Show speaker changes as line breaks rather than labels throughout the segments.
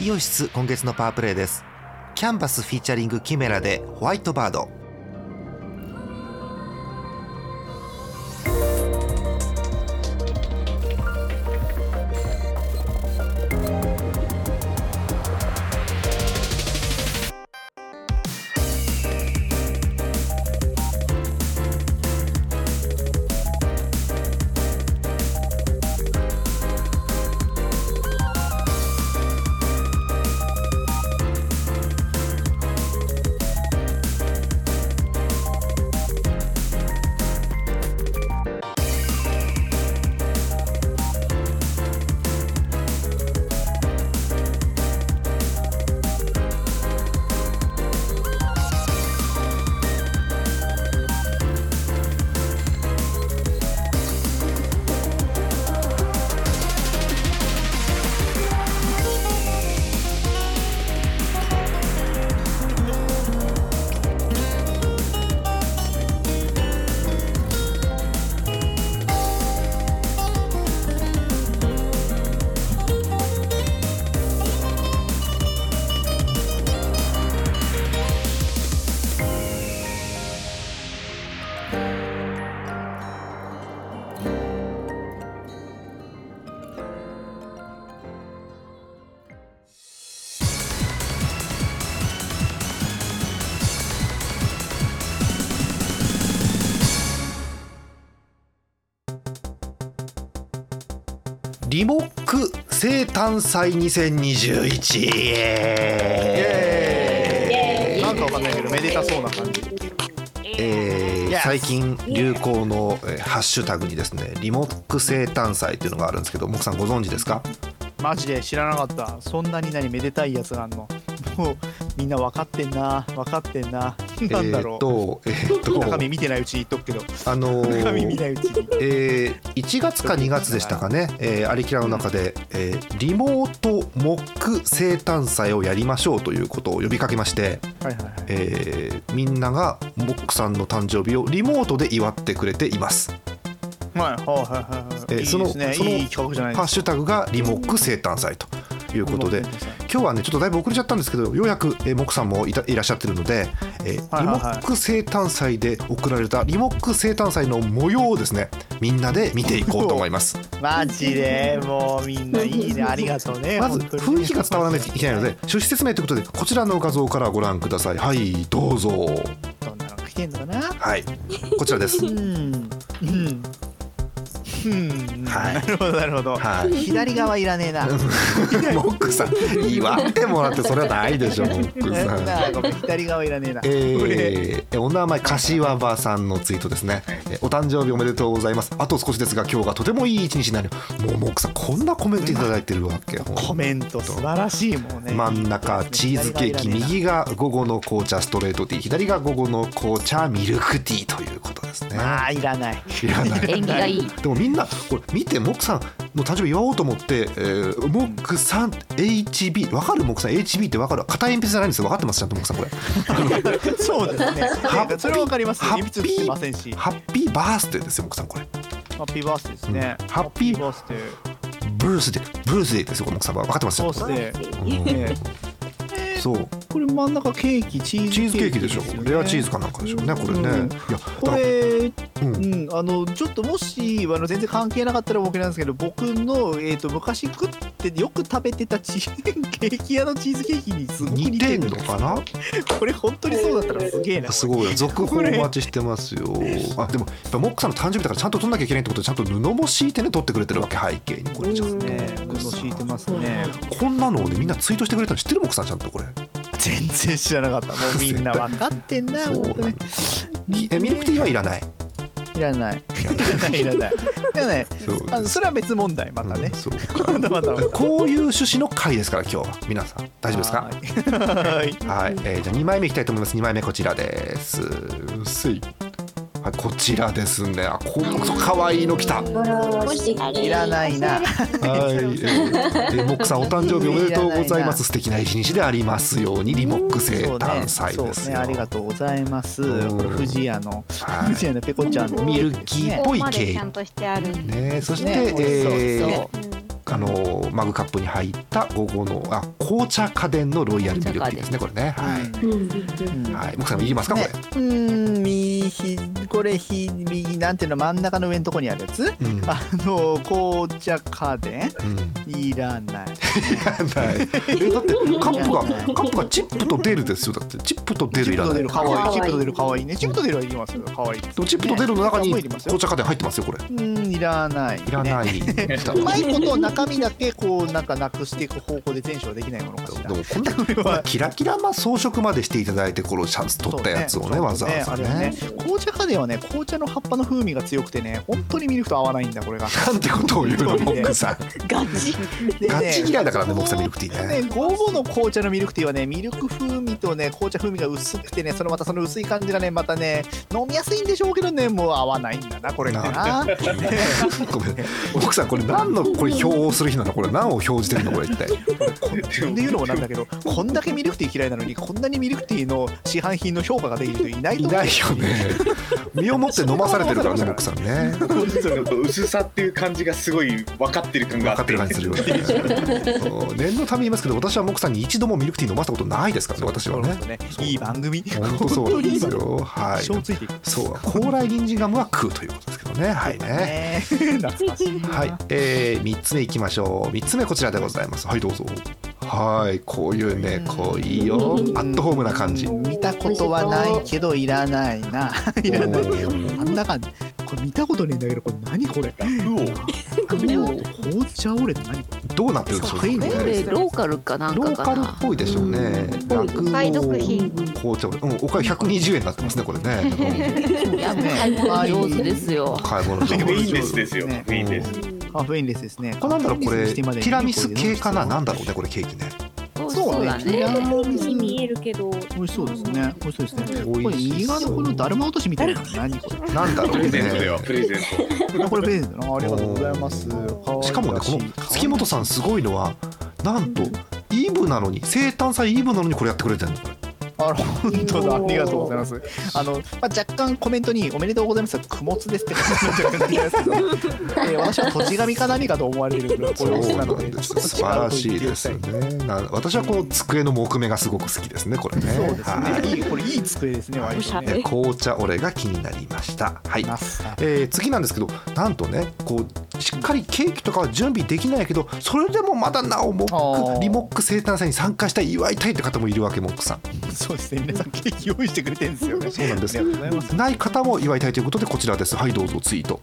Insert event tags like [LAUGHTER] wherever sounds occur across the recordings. イオシス今月のパワープレイですキャンバスフィーチャリングキメラでホワイトバードリモック生誕祭2021イエーイ
なんかわかんないけどめでたそうな感じ
えー
Yes
最近流行の、えーハッシュタグにですねリモック生誕祭っていうのがあるんですけどもくさんご存知ですか
マジで知らなかったそんなに何めでたいやつがあんのもうみんな分かってんな分かってんななんだろ
えーっとえーっ
う、中身
と
見てないうちに言っとくけど
あのー
中身見ないうちに
えー1月か2月でしたかね、えー、アリキラの中で、えーリモートモック生誕祭をやりましょうということを呼びかけまして、
はいはいはい
えーみんながモックさんの誕生日をリモートで祝ってくれています。
はいはいはいはい
えー
いい
その
ですね
その
いい企画じゃないで
ハッ
す
シュタグがリモック生誕祭ということで今日はねちょっとだいぶ遅れちゃったんですけどようやく、えー、モックさんもいたいらっしゃってるので、えー
はいはいはい
リモック生誕祭で送られたリモック生誕祭の模様をですねみんなで見ていこうと思います。
マジでもうみんないいねありがとうね
[LAUGHS] まず
本当にね
雰囲気が伝わらないといけないので趣旨説明ということでこちらの画像からご覧くださいはいどうぞ
どんなの来てんのかな
はいこちらです
うんうんうん
はい
なるほどなるほど
はい [LAUGHS]
左側いらねえな
モックさん祝ってもらってそれはないでしょモックさん
なあごめん左側いらねえな。
え
俺
ーえお名前柏場さんのツイートですね、えお誕生日おめでとうございますあと少しですが今日がとてもいい一日になるもうモックさんこんなコメントいただいてるわけほんと
コメント素晴らしいもんね。
真ん中チーズケーキ右が午後の紅茶ストレートティー左が午後の紅茶ミルクティーということですね
ああいら
[LAUGHS]
ない。
いらない
縁起
[LAUGHS]
がいい。
でもみんなこれ見てモックさんの誕生日祝おうと思って、えー、モックさん HB わかるモックさん HB ってわかる硬い鉛筆じゃないんですよわかってますちゃんとモックさんこれ
そうですね。なんかそれはわかりますね。
ハッピー
鉛筆してませんし。ハ
ハッピーバースデーですよモックさんこれ
ッピーバースデーですね。
ハッピー
バースデー。
ブースデーブースデーですよこれモックさんわかってますちゃ
そ
ん
うで
と
す
これ
ね。
うん
ええ
そう
これ真ん中ケーキチーズ
チーズケーキでしょ
すよね
レアチーズかなんかでしょうねこれね、
うん
いや
こ
だから
れ
うん
うん、あのちょっともしあの全然関係なかったら僕なんですけど僕の、えー、と昔食ってよく食べてたチーケーキ屋のチーズケーキにすごく
似
似
て
て
ん
る
のかな
これ本当にそうだったらすげえな
すごいよ続報お待ちしてますよあでもやっぱモックさんの誕生日だからちゃんと撮んなきゃいけないってことでちゃんと布も敷いてね撮ってくれてるわけ背景にこれちゃんと
ね布敷いてますね
こんなのをねみんなツイートしてくれたの知ってるもくさんちゃんとこれ
全然知らなかったもうみんな分かってんな
そう
本当
なん
ね
ですえミルクティーはいらない
いらないいらないいらない
そう
あのそれは別問題またね
うん、そう
またまたまた
こういう趣旨の回ですから今日は皆さん大丈夫ですか
はい
はい、えーじゃあ2枚目いきたいと思います2枚目こちらですせいはいこちらですねあこのかわいいのきたはい、
いらない
え
な
ー、えモックさんお誕生日おめでとうございます素敵な一日でありますようにリモック生
そうね
誕祭
そ
で
う
す
ね
よ、
ありがとうございます
うん
これ藤屋の
はい
藤屋のペコちゃんの
ミルキーっぽい
ま
ケ
でちゃ
ー
んとしてある。
キねそして、
ね美味しそう
えー
そう
うん
あのマグカップに入った午後のあ紅茶家電のロイヤルミルクティーですねこれねはい、
うん
うん
はい、木さんもいりますかこれ、
ねうーん右ひこれひ右なんていうの真ん中の上のとこにあるやつ
うん
あの紅茶家電
うん [LAUGHS]
いらない
はい、えだってカップがカップがチップとデールですよだってチップとデールいらない
チップと出るかわいいチップと出るかわい
かわいい
いねチップと出るはいりますよかわいい
でもチップとデールの中に
ね
紅茶家電入ってますよこれ
うーんいらない
いら
ね
ない、 [LAUGHS]
うまいこと中身だけこうなんかなくしていく方向で全勝できないものかし
で
ら
もこんな
これ [LAUGHS] は
キラキラな装飾までしていただいてこのシャツ取ったやつをねわざわざね
あれはね紅茶家電はね紅茶の葉っぱの風味が強くてね本当にミルクと合わないんだこ
[LAUGHS]
れが
なんてことを言うのモックさん
ガチ
でね
ガチ嫌いだからねモックさんミルクティーね
ね、午後の紅茶のミルクティーはね、ミルク風味とね、紅茶風味が薄くてね、そのまたその薄い感じがね、またね、飲みやすいんでしょうけどね、もう合わないんだな、これがな。
ごめんモックさんこれ何のこれ表をする日なのこれ何を表示してるのこれ一体
自分で言うのもなんだけど、こんだけミルクティー嫌いなのに、こんなにミルクティーの市販品の評価ができる人いない
い
と思う。
ないよね身をもって飲まされてるからねモックさんね
の薄さっていう感じがすごい分かってる感が
分
あ
かってる感じするよねそう念のため言いますけど私はモックさんに一度もミルクティー飲ませたことないですからね私は
そうなん
ね
ですよね
そう
いい番組。
本当そうなん
にい
で
い
す
番組。
よはい
一生ついていく。
そう高麗人参ガムは食うということですけどねはいね
ね。懐かしいな。
はい、えー、3つ目いきましょう3つ目こちらでございますはいどうぞはいこういうねこういいよ
うん
アットホームな感じ
うん見たことはないけどいらないないらないあんな感じこれ見たことねえんだけどこれ何これ
これは
紅茶オレって何こ
どうなってるんでしょう
かっこいいね
これローカルかなん
ロ
か
ー
か
カ
な
ルっぽいでしょうね
うん
酪農
梅毒品
紅茶うんおかゆ120円になってますねこれ
[LAUGHS]
ね
いや買い物上手ですよ
買い物
カ
上
フ
手
ェインレスですよカ
ね
フェインレス
れカフェインレスですね
これなんだろうこれテ
カフェインレスにしてまで
ィラミス系かななんだろうねこれケーキね
そうだ
そうだ
ね
ね
に見えるけど。
美味しそうですね美味しそうですね
美
これ
味しそう
右側のこのだるま落としみたいなの何こ
なんだろ
プ
う
レゼントだ
ね
よプレゼント
れこれプレゼントだなありがとうございます
しかもねこの月本さんすごいのはなんとイブなのに生誕祭イブなのにこれやってくれてるのこれ
あの本当だありがとうございますあの、まあ、若干コメントに「おめでとうございます」雲
[LAUGHS]
物ですって書いてあるんですけど、えー私は土地神か何かと思われるぐらいこ
そ
れ
うな
なの
ん
で
です素晴らしいですねな私はこの机の木目がすごく好きですねこれね
そうです
は
ね。いいこれいい机ですね。割と
おしゃ
い
れ
ね。
で紅茶オレが気になりましたはい
ナスさん
えー次なんですけどなんとねこうしっかりケーキとかは準備できないけどそれでもまだなおモッ
あ
ク
ー
リモック生誕祭に参加したい祝いたいって方もいるわけモックさん
そうですね。皆さんケーキ用意してくれてるんですよね。
そうなんです
ありがとうございます。
ない方も祝いたいということでこちらですはいどうぞツイート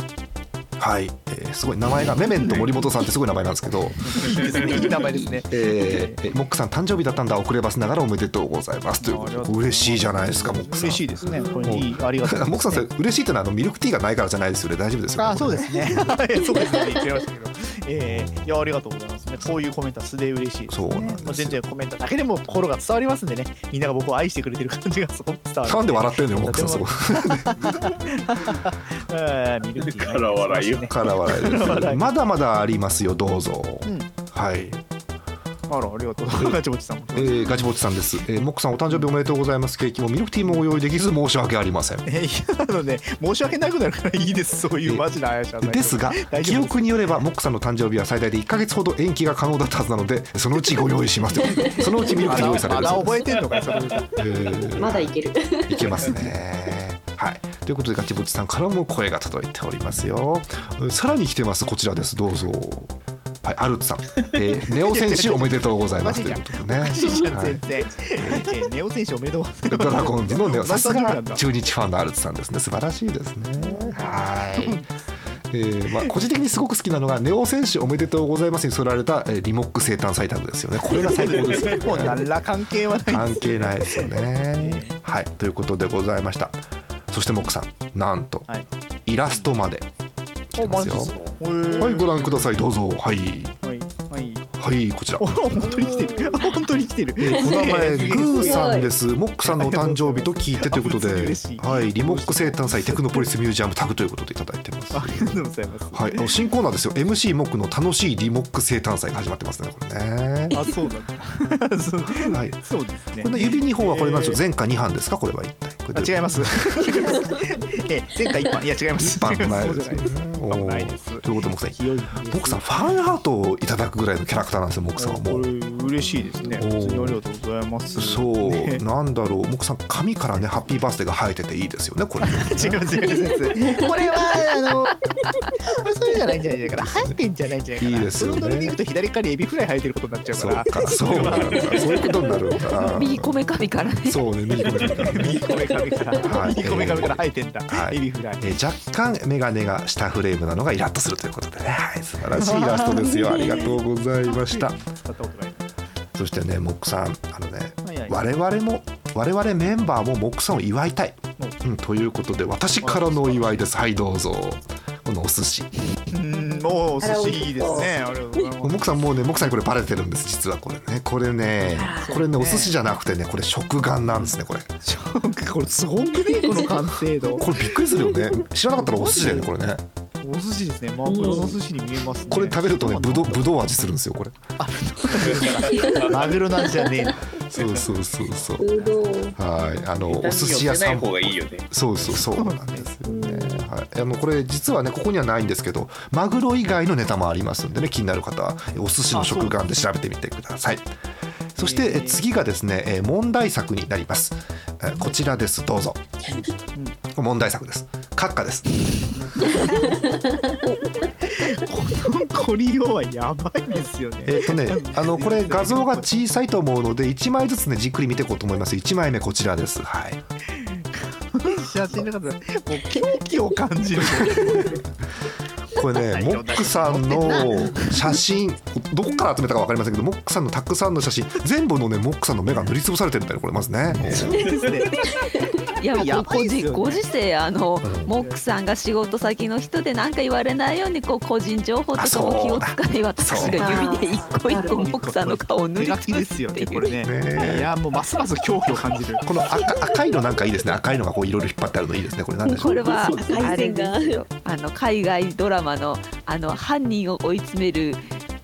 はい、えーすごい名前がメメント森本さんってすごい名前なんですけど、
いいですね。いい名前ですね。
えーえモックさん誕生日だったんだ遅ればせながらおめでとうございますということで嬉しいじゃないですかモックさん
嬉しいですね。これいいありがとうござ
[LAUGHS] モッ
い
ク
ます
さんそれ嬉しいってのはあのミルクティーがないからじゃないですよね大丈夫ですよね
あ、そうですすね。いやそうですね。言っちゃいましたけど。えーいやありがとうございますね。こういうコメントは素で嬉しいです
そう
ね。
なんですよ
もう全然コメントだけでも心が伝わりますんでね。みんなが僕を愛してくれてる感じがすごく伝わる。
なんで笑ってるのよモックさんそこ
うんミルクティーね
から笑いよ
素晴らしね
から笑いで
から笑
す
い
[LAUGHS] まだまだありますよどうぞ、
うん
はい、
あらありがとうございます。ガチモチさんも。
えーガチボッチさんです、えー、モックさんお誕生日おめでとうございますケーキもミルクティーもご用意できず申し訳ありません
えーいやあのね申し訳なくなるからいいですそういうマジな怪しさ
ですが
大
記
丈夫です
憶によればモックさんの誕生日は最大で1ヶ月ほど延期が可能だったはずなのでそのうちご用意し [LAUGHS] ますよそのうちミルク
ま
ティー
だ
用意され
ま
る
だ
そう
覚えてんのかよそれ
です、えー
まだいける。
いけますね。はい、ということでガチボチさんからも声が届いておりますよ。さらに来てますこちらですどうぞ。はい、アルツさん、えー、ネオ選手おめでとうございますということでね。はい
全然、えーネオ選手おめでとうございます
ドラゴンズのネオ
同
さ
じ
す
誕生日な
が
んだ
中日ファンのアルツさんですね素晴らしいですねはい、えーまあ、個人的にすごく好きなのがネオ選手おめでとうございますに添えられた、えーリモック生誕祭壇ですよねこれが最高ですよね
もう何ら関係はない
関係ないですよね。はいということでございました。そしてモックさんなんと、
はい
イラストまで来てますよ。
おー
はいご覧くださいどうぞはい
はいはい
はいこちら
お。本当に来てる本当に来てる
えーお名前
すげえ
グーさん
[LAUGHS]
です。モックさんのお誕生日と聞いてということ
あ普通に
で
嬉しい、
はいリモック生誕祭テクノポリスミュージアムタグということでいただいてます。
ありがとうございます
はいあの新コーナーですよ。MC モックの楽しいリモック生誕祭が始まってますねこれね。
[LAUGHS] あそうなんだそう
はい。
そうですね
これ指二本はこれなんでしょう。前科二班ですかこれは一体。これ
あ違いますええ前回一般いや違います
一般ない
そう
で
じ
す
ゃないです
ね。お
一般
ー
ないです
ということで、モクさん、
清い
モクさん、ファンアートをいただくぐらいのキャラクターなんですよ、モクさんはも
こ
う。
れ嬉しいですね
おー
普通にありがとうございます
そう、
ね
なんだろう、モクさん、髪からね、ハッピーバースデーが生えてていいですよね、これ。
違う違う違う違 [LAUGHS] うこれはあのこ [LAUGHS] れそういうじゃないんじゃないかな入ってんじゃないんじゃないかない
いですよね
それを取りに行くと左側にエビフライ生えてることになっちゃう
そ
か
う
ら
か、そうなんだ、そういうことになるのかな。
右こめかみからね。
そうね、右こめからね。
右こめかみから、
はい
右こめかみから生えてんだ、
はい
エビフライ
えー若干メガネが下フレームなのがイラッとするということでね、はい、素晴らしいイラストですよありがとうございました
使ったことない
そしてねモックさんあのね
はいはい
我々も我々メンバーもモックさんを祝いたい、うん、ということで私からのお祝いですはいどうぞこのお寿司
うんもう寿司いいですねありがとうございます
モックさんもうねモックさんにこれバレてるんです実はこれねこれねこれねお寿司じゃなくてねこれ食玩なんですねこれ
ちょっとこれすごくねこの完成度
これびっくりするよね知らなかったらお寿司だよねこれね
お寿司ですねまあこれお寿司に見えますね
これ食べるとねぶどうぶどう味するんですよこれ
マグロなんじゃねえんだ
そうそうそうそう
うどん。
はい、あのお
お
寿司屋さん
方がいいよね。
そうそうそうなんですよね。はい、あのこれ実はねここにはないんですけど、マグロ以外のネタもありますんでね気になる方はお寿司の食玩で調べてみてください。そしてえ次がですねえ問題作になります。えこちらですどうぞ。問題作です。閣下です。
このコリオはやばいですよね
えっとね、あのこれ画像が小さいと思うので1枚ずつねじっくり見ていこうと思います。1枚目こちらです。はい。
写真の方もう狂気を感じる
これね、モックさんの写真、どこから集めたか分かりませんけど、モックさんのたくさんの写真、全部のね、モックさんの目が塗りつぶされてるんだよ、これ、まずね。 [LAUGHS]
ですね
いやも
や
う
ば
ご
いっすよ
時
ね
ご時世あの
うん
モックさんが仕事先の人で何か言われないようにこう個人情報と
あ
か
そうだ
も気を使い私が指で一個一個モックさんの顔を
手
塗り
書
つ
き
ぶ
ですす
っ
よ
てい
ねこ
う
れね
ね
いやもうますます狂気を感
[LAUGHS]
じる
この赤赤いのなんかいいですね、赤いのがこういろいろ引っ張ってあるのいいですね、これ、なんでしょ
こ
う。
れは
そうですね
あれですよあの海外ドラマのあの犯人を追い詰める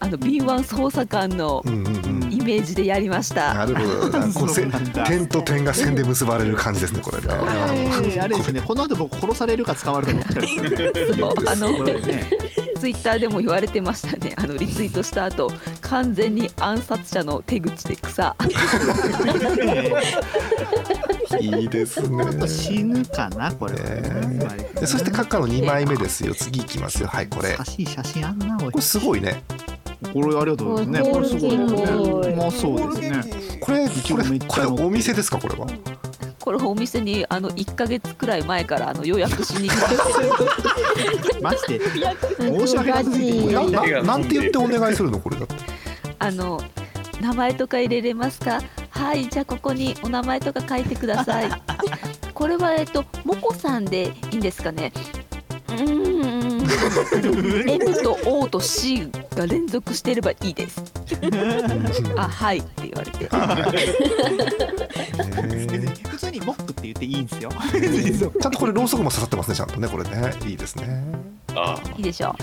あの敏腕捜査官の
うんうんうん、
イメージでやりました。
なるほど、こう
そ
せ
うなんだ
点と点が線で結ばれる感じですね、これね。
あれですねこの後僕殺されるか捕まるか思
[LAUGHS]
ってるんですよね
そうあの
これね
ツイッターでも言われてましたね。あ [LAUGHS] のリツイートした後、完全に暗殺者の手口で草。 [LAUGHS]
いいですね。
ちょっと死ぬかなこれは
ねで
ね
そして閣下の2枚目ですよ、次いきますよ、はい、これ。
写真写真あんなおい
これすごいね。
これありがとうございますね。これすごいですね。うまそうですね。
これ、これ、これお店ですか、これは。
これお店にあの1ヶ月くらい前からあの予約しに行って
マジで申し訳なさすぎて
な [LAUGHS]
もう
な
手が
なんて言ってお願いするの、これだって。
あの名前とか入れれますかはいじゃあここにお名前とか書いてくださいこれはえっともこさんでいいんですかねうーん M と O と C が連続してればいいですあはいって言われて
ね
[LAUGHS] 普通にモックって言っていいんですよ。
ちゃんとこれろう [LAUGHS] そくも刺さってますねちゃんとねこれねいいですね、
あ
いいでしょ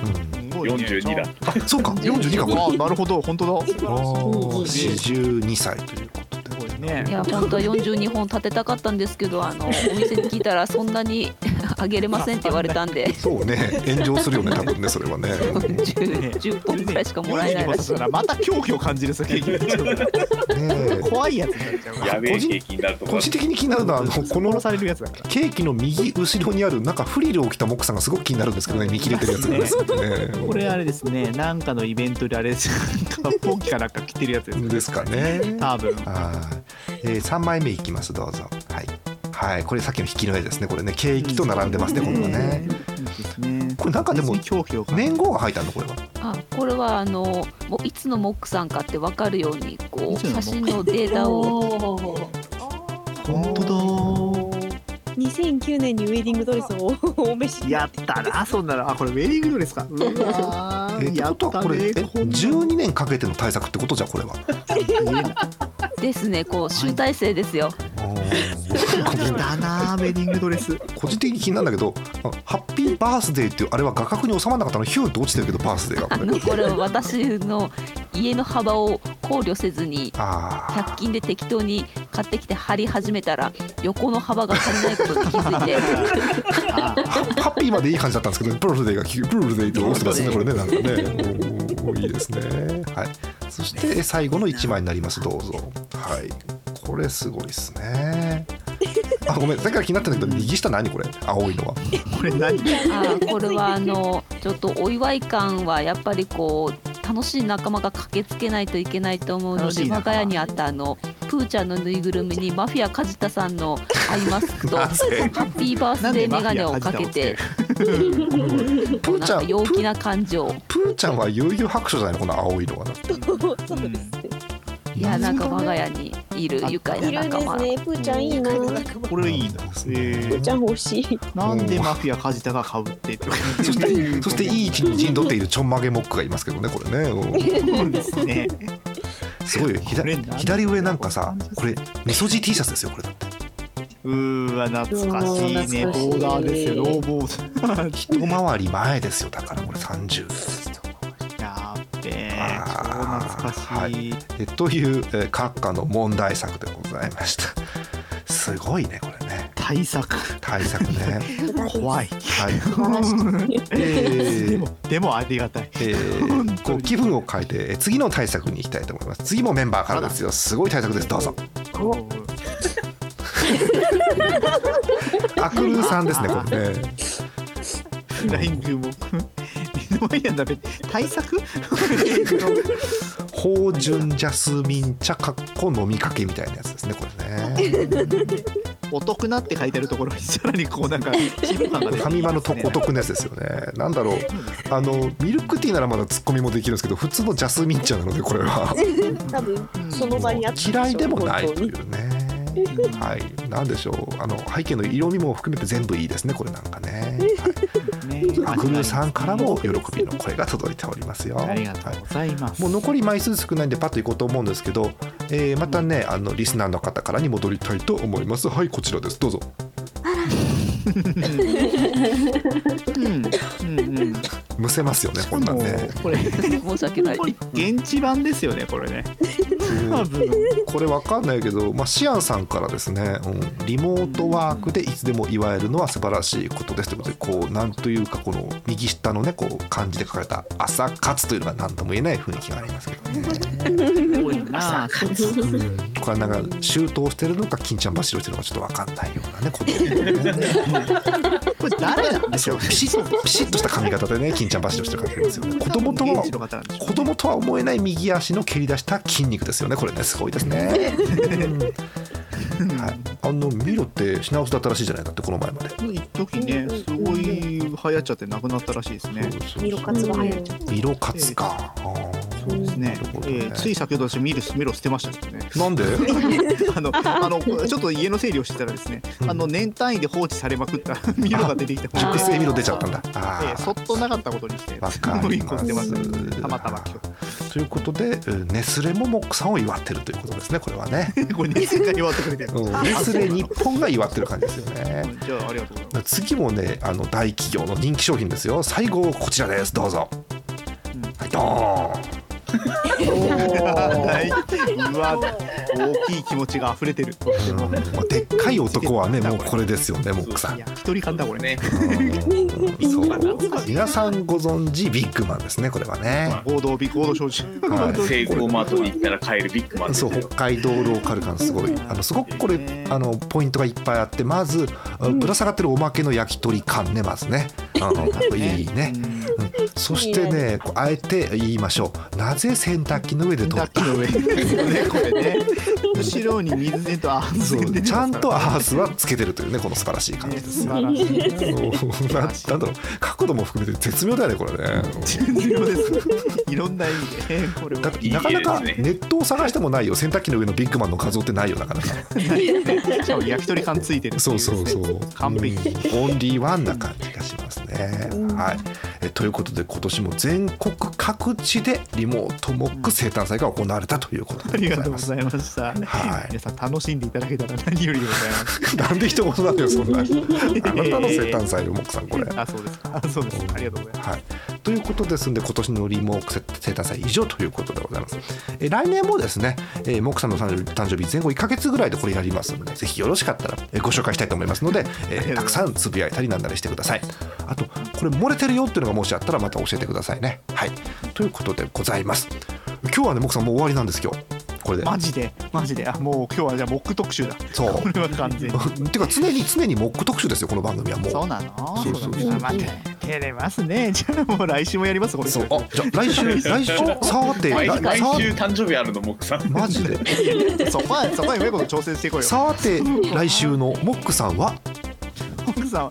うん、
四十二だ。
あそうか42か
あ
これ
なるほど本当だ。
四十二歳ということです
ごいね
うい。や本当は42本立てたかったんですけどあのお店に聞いたらそんなに [LAUGHS] あげれませんって言われたんで
そうね炎上するよね多分ねそれはね
10, 10本くらいしかもらえないらしい
また狂気を感じる先
ね
[LAUGHS] 怖いやつになっちゃう。
やべえ景気になると
個
か。
人的に気になるのはあのこの
殺されるやつだから。
ケーキの右後ろにあるなんかフリルを着たモクさんがすごく気になるんですけどね見切れてるやつなんですけど [LAUGHS] ね
これあれですね。なんかのイベントであれです。ポンキかなんか着てるやつです。
ですかね
多分。
はい、えー、3枚目いきますどうぞはい、はい、これさっきの引きの絵ですねこれねケーキと並んでますね、これはね。
いいですね。
これなんかでも
狂気を感じる
年号が入ったのこれは
あこれはあのもういつのモックさんかって分かるようにこ
いうつのモッ
写
ク
真のデータを
本当だ
2009年にウェディングドレスをお召しにな
や
っ
ってたなそんなのあこれウェディングドレス [LAUGHS] かうわ
えー、
ー
って
や
こ
っ
と
た
はこれえ
ねこんなの
12年かけての対策ってことじゃこれは。
ですねこう集大成で
[LAUGHS]
すよ
個人
だなウェディングドレス
個人的に気になるんだけどあハッピーバースデーっていうあれは画角に収まらなかったのヒューって落ちてるけどバースデーが
あ
こ
の
れ。
これは私の家の幅を考慮せずに
あ
100均で適当に買ってきて貼り始めたら横の幅が足りないことに気づいて
あ
ハハッピーまでいい感じだったんですけど、ね、ブルーデイが聞くブルーデイって押してますねこれねなんかねおーおーいいですねはいそして最後の1枚になりますどうぞはいこれすごいですねあごめんだから気になったんだけど右下何これ青いのは
これ何
あーこれはあのちょっとお祝い感はやっぱりこう楽しい仲間が駆けつけないといけないと思うの
楽し
で
い仲間
我が家にあったあのプーちゃんのぬいぐるみにマフィア梶田さんのアイマスクと
な
ハ
ぜ
ッピーバースデーメガネをかけて
プーち
な
ゃん
んか陽
プ
気
ー
な感情
プーちゃんは悠々白書じゃないのこの青いのはな
そうですね。
いやなんか我が家にいる愉快
いる
なん
で
仲
す
間
ね。プーちゃんいいな。プ
これいいな
です
え
ーちゃん欲しい。
なんでマフィア梶田が被って
そしてそしていい位置に陣取っているちょんまげモックがいますけどねこれねうん
そうですね
すごいよ左左上なんかさこれみそじ T シャツですよこれだって
うーわ懐かしいね
うわ懐かしい
ボーダーですよローボー
一回り前ですよだからこれ30
ダーやっべえ
あー
超懐かしい、
えという、えー閣下の問題作でございました [LAUGHS] すごいねこれね
対策
対策 [LAUGHS] ね
怖い、
はい、え
で
ー
もでもありがたい
えーこう気分を変えてえー次の対策に行きたいと思います次もメンバーからですよすごい対策ですどうぞアクルーさんですねこれね
フライングも目の前なんだべ対策
芳醇ジャスミン茶かっこ飲みかけみたいなやつですねこれね
[LAUGHS] お得なって書いてあるところにさらにこう
[LAUGHS]
なんか審判が
フ
出て
ァミマのとこお得なやつですよねなんだろうあのミルクティーならまだツッコミもできるんですけど普通のジャスミン茶なのでこれは
多分その場にあったしょ
嫌いでもないというね。はい、なんでしょう、あの背景の色味も含めて全部いいですね、これなんかね。はい、アクルーさんからも喜びの声が届いておりますよ。
ありがとうございます。
もう残り枚数少ないんでパッといこうと思うんですけど、えーまたね、あのリスナーの方からに戻りたいと思いますはいこちらですどうぞ
うんうんうん。
むせますよねこんなんね
これ
申し
[LAUGHS]
訳ない
これ現地版ですよねこれね。
うん
多分。
これわかんないけど、まあ、シアンさんからですね、うん、リモートワークでいつでも祝えるのは素晴らしいことですということでこうなんというかこの右下のねこう漢字で書かれた「朝活」というのが何とも言えない雰囲気がありますけどね、
多いな。
これはなんか周到してるのか金ちゃん走りをしてるのかちょっとわかんないようなねことをね
これ誰なんでし
そ
ょう
う。ピシッとピシッとした髪型でね金ちゃん走りをしてる感じですよ [LAUGHS] ね子供とは
現地の方なんでしょ
子供とは思えない右足の蹴り出した筋肉ですよねこれねすごいですね、うんはい、あのミロって品薄だったらしいじゃないだってこの前まで
う。一時ねすごい流行っちゃってなくなったらしいですね。
そうそう
ミロカツが流行っちゃっ
ミロカツか、あー
そうですね
なるほ。ど
え
ね
ーつい先ほど私ミルスミロ捨てましたけどね。
なん
[LAUGHS]
で
あのあのちょっと家の整理をしてたらですね、
うん
あの年単位で放置されまくった [LAUGHS] ミロが出てきて、
あ
熟
熟
成
成
ミ
ミ
ロ
ロ
出
出
ち
ち
ゃ
ゃ
っ
ったた
んだあ
えーそっとなかったことにして、
わかります
すごい凝ってますたまたま今日。
ということでうんネスレもモックさんを祝ってるということですねこれはね、
[LAUGHS] これ2世代祝ってくれてる。 [LAUGHS]
うんネスレ日本が祝ってる感じですよね
じゃあありがとうござい [LAUGHS] ま
次もねあの大企業の人気商品ですよ最後こちらですどうぞ、
うん
はいドーン
す。うわ大きい気持ちが溢れてる。
うんもうでっかい男はねもうこれですよねモックさん
いや一人勘だこれね。
う
ね。
んそう皆さんご存知ビッグマンですねこれはね、
合同ビ合同承知。
はい
セイコーマートに行ったら買えるビッグマンです
そ
よ
う。北海道ローカル感すごいあのすごくこれあのポイントがいっぱいあってまずあぶら下がってるおまけの焼き鳥感ねまずねあのいいね、うんそしてねこうあえて言いましょうなぜ洗濯機の上で撮
ダッ
っ
キ
た
の上ねこれね。後ろに水でとあ
そ
水
う
[LAUGHS] で
ちゃんとアースはつけてるというねこの素晴らしい
[LAUGHS]
感じです
素
よ
晴らしい。
そうななんだろう角度も含めて絶妙だよねこれね
[LAUGHS] 重要です。いろんな意味でこれ
だ
は
ってなかなか
いい
ネ
ですね
ットを探してもないよ洗濯機の上のビッグマンの画像ってないよなか
[LAUGHS]
なか
しかも焼き鳥感ついてる。
そうそう [LAUGHS] そう
完璧
うんオンリーワンな感じがしますね、はいえということで今年も全国各地でリモートモック生誕祭が行われたということ
あ
で
り
ご
が
ざい
と
ま
うご
す
ざいました。
はい
皆さん楽しんでいただけたら何よりでございます。
なんで一言
[LAUGHS]
なのよそんなあなたの生誕祭よモックさんこれ
あ、そうですか。あそうです。ありがとうございます。
はい、ということですんで今年のリモークセ生誕祭以上ということでございますえー来年もですね、えー、モクさんの誕生日誕生日前後1ヶ月ぐらいでこれやりますのでぜひよろしかったらえーご紹介したいと思いますので、えーたくさんつぶやいたりなんなりしてくださいあとこれ漏れてるよっていうのがもしあったらまた教えてくださいねはいということでございます今日はねモクさんもう終わりなんです今日これで
マジでマジであもう今日はじゃあモック特集だ
そう [LAUGHS]
これは完全に
てか常に常にモック特集ですよこの番組はもう
そうなの
そうそうそう
あ待って照れますねじゃあもう来週もやりますこれ
そうあじゃあ来週来週さて
来
来
来
さ
週誕生日あるの、モックさん。
マジで
そこはそこはうまいこと調整していこうよ
さて来週のモックさんは
奥さん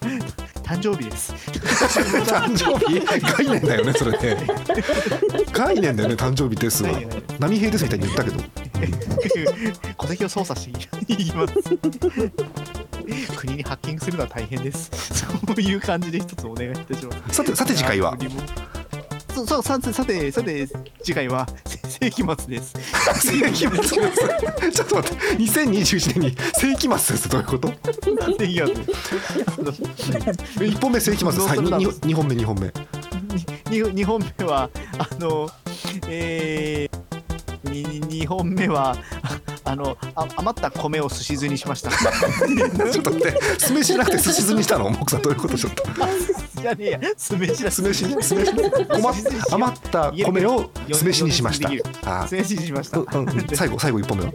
誕生
[LAUGHS]
日です
誕生日概念だよねそれね概念だよね誕生日ですは
[LAUGHS] はいはい
波平ですみたいに言ったけど
戸籍を操作していき [LAUGHS] ます国にハッキングするのは大変ですそういう感じで一つお願いいたします
さてさて次回は
そうそうさてさてさて次回は世紀末です
[LAUGHS]
[LAUGHS]
世紀末ですちょっと待って2021年に世紀末ですどういうこと
世紀末
一本目世紀末ですはいにに二本目二本目
に2本目はあのえー、にに2本目はああのあ余った米をすし酢にしました [LAUGHS]
ちょっと待って酢飯じゃなくて寿司酢にしたのモックさんどういうことちょっと
じゃねえや酢飯だ
酢飯
[LAUGHS]
ね酢飯ね困っ余った米を酢飯にしましたあ
酢飯にしました
ーうんうん最後最後一本目は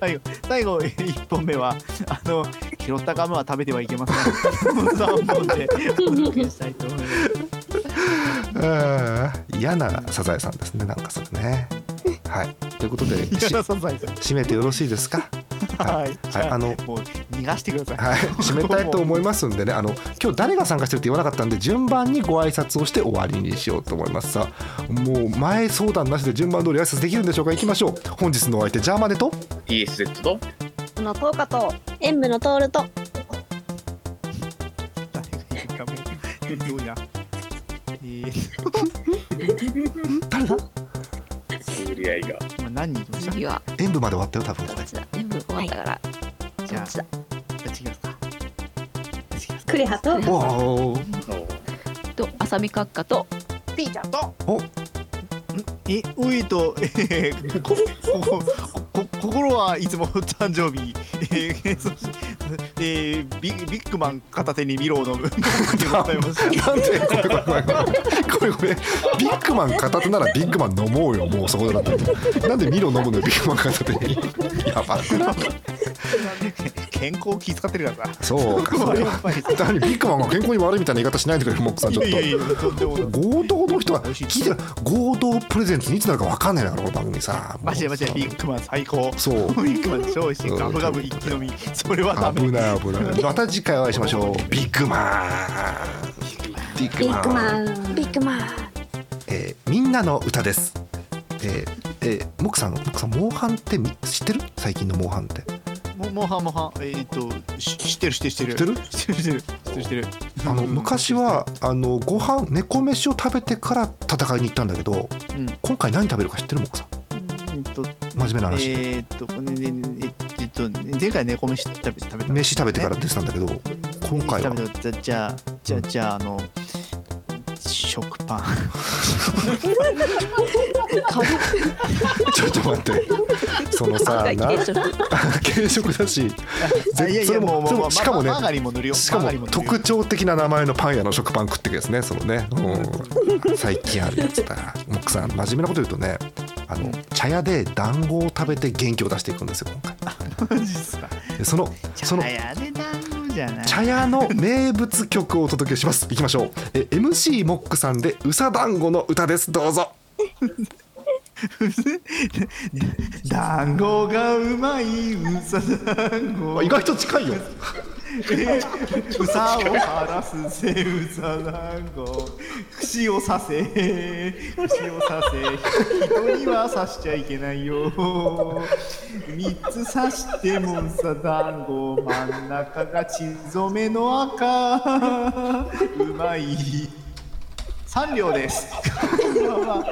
最後最後1本目はあの拾ったガムは食べてはいけません3本でお届けしたいと思います
うん嫌なサザエさんですねなんかそれねはいということ
[LAUGHS]
で
嫌
し
な存在で
締
す
めてよろしいですか
はい、じゃ
あの
もう逃がしてください
はい、締めたいと思いますんでねあの今日誰が参加してるって言わなかったんで順番にご挨拶をして終わりにしようと思いますさあもう前相談なしで順番通り挨拶できるんでしょうか行きましょう本日のお相手ジャーマネと
ESZ と。
この10日と演武のトールと
誰がいいかもひどいなえー
誰だ
殴り合いが。
今何人いました
次は
演舞まで終わったよ多分
ど
こ
っちだ全部終わったから、
じ
ど
ゃ
っ
あ
ちだ
違うか違う
クレハと
れおー
と浅見閣下と
ピーちゃんと
お
えういと、えー、ここここ心はいつも誕生日、えー、そして、えー、ビビッグマン片手にミローの文でございました。
なんでこれこれこれこれごめんビッグマン片手ならビッグマン飲もうよもうそこでなってなんでミロ飲むのよビッグマン片手にやば
健康気遣ってるからさ。
そうかそれは
やっぱり
単にビッグマンが健康に悪いみたいな言い方しないでくれるモックさん
い
ちょっ
や
と
いやいやとんでもない
合同の人は聞いてる合同プレゼンツにいつなるか分かんないだからこの番組さ
マジでマジでビッグマン最高。
そう
ビッグマン超美味しい。ガブガブ一気飲み。それはダメ。
危ない危ないまた次回お会いしましょうビッグマン
ビ
ビッ
ッグマン。
ビッグマン
えーみんなの歌ですえーえー、モクさん、モクさん、モンハンってみ知ってる最近のモンハンって。
ももはもはえっ、ー、とし知ってる知ってる知ってる知ってる知ってる知ってる知ってる。
あの昔はあのご飯猫飯を食べてから戦いに行ったんだけど、
うん
今回何食べるか知ってるモクさん
えっと
真面目な話、
えーっと、ねねねえっと、前回猫飯食べ食べた。
飯食べてから出てたんだけど今回は
食べたじゃじゃあ、じゃあ、じゃあ、あの、食パン。
[LAUGHS] ちょっと待ってその
[LAUGHS]
さ
赤い
な
定食
軽食だし
あいやい
それ
や、
も
もう、
それもしかも
もう、
ね
マーガリンも塗るよ。
しか
マ
も
ーガリン塗るよ
特徴的な名前のパン屋の食パン食ってくですねそのね、うん、最近あるやつだモックさん真面目なこと言うとねあの茶屋で団子を食べて元気を出していくんですよ今回
マジっすか。
でそのその
茶屋で団子じゃない。
茶屋の名物曲をお届けしますいきましょうえ MC モックさんで「うさだんごの歌」ですどうぞ
[LAUGHS] 団子がうまい、うさ団子。
意外と近いよ
うさを晴らすせうさ団子串を刺せ串を刺せ人には刺しちゃいけないよ三つ刺してもうさ団子真ん中が血染めの赤うまい [LAUGHS] 三両ですこんばんは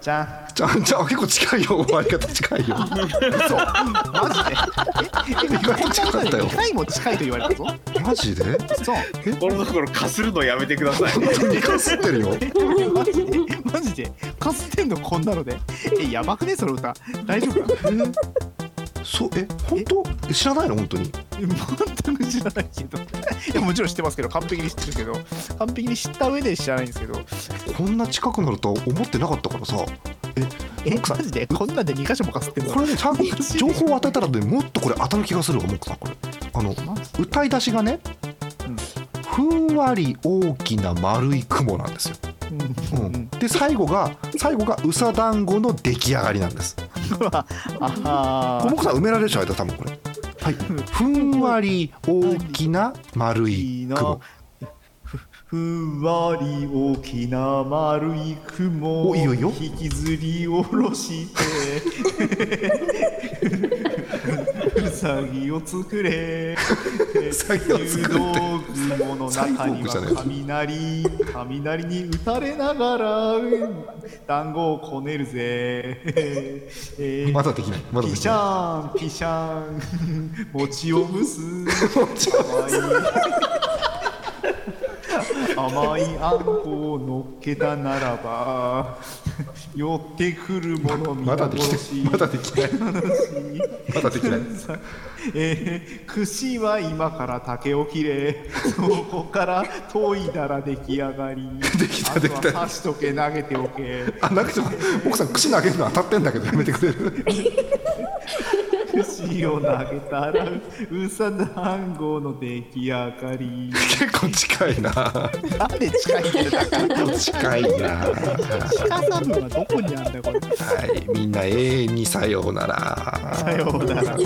じゃんちゃ
じゃあ
ん
じゃあ結構近いよ終わり方近いよ
そうマジでええ
意外と近かったよ
2回も近いと言われたぞ
マジで
そう
このところかするのやめてください
本当にかすってるよ
マジでマジでかすってんのこんなのでえやばくねその歌大丈夫かな
そうえ本当え知らないの本当に
全く知らないけどいやもちろん知ってますけど完璧に知ってるけど完璧に知った上で知らないんですけど
こんな近くなるとは思ってなかったからさ
えマジでこんなんで2箇所もかすってんの
これね多
[LAUGHS]
分情報を与えたらねもっとこれ当たる気がするわモックさんこれあの
マジ
歌い出しがね、
うん
ふんわり大きな丸い雲なんですよ、
う
うん
うんん、
で最後が最後がうさ団子の出来上がりなんです
あ
モ
あ
ックさん埋められちゃうよ多分これはいふんわり大きな丸
いい
い
な
雲
ふふんわり大きな丸い雲
おいいよいいよ
引きずり下ろして [LAUGHS] うさぎを作れ
うさぎを作れって
道具もの中に
サイボーグじゃない
は雷雷に打たれながらうん団子をこねるぜ、えー
まだできないまだで
ピ
き
シ
ない
ャーンピシャーン餅を蒸す甘い甘いあんこを乗っけたなら [LAUGHS] ば寄ってくるもの見
まだ
殺
でき
し
ないまだできないまだできない
えー、串は今から竹を切れそこから研いだら出来上がり
できたできた
あとは刺しとけ投げておけ
あなんかちょっと奥さん串投げるの当たってんだけどやめてくれる [LAUGHS]
串を投げたらうさ団子の出来上がり
結構近いな
なんで近いんだよだから
近いな
近さ分はどこにあんだよこれ
はいみんな永遠にさようなら
さようなら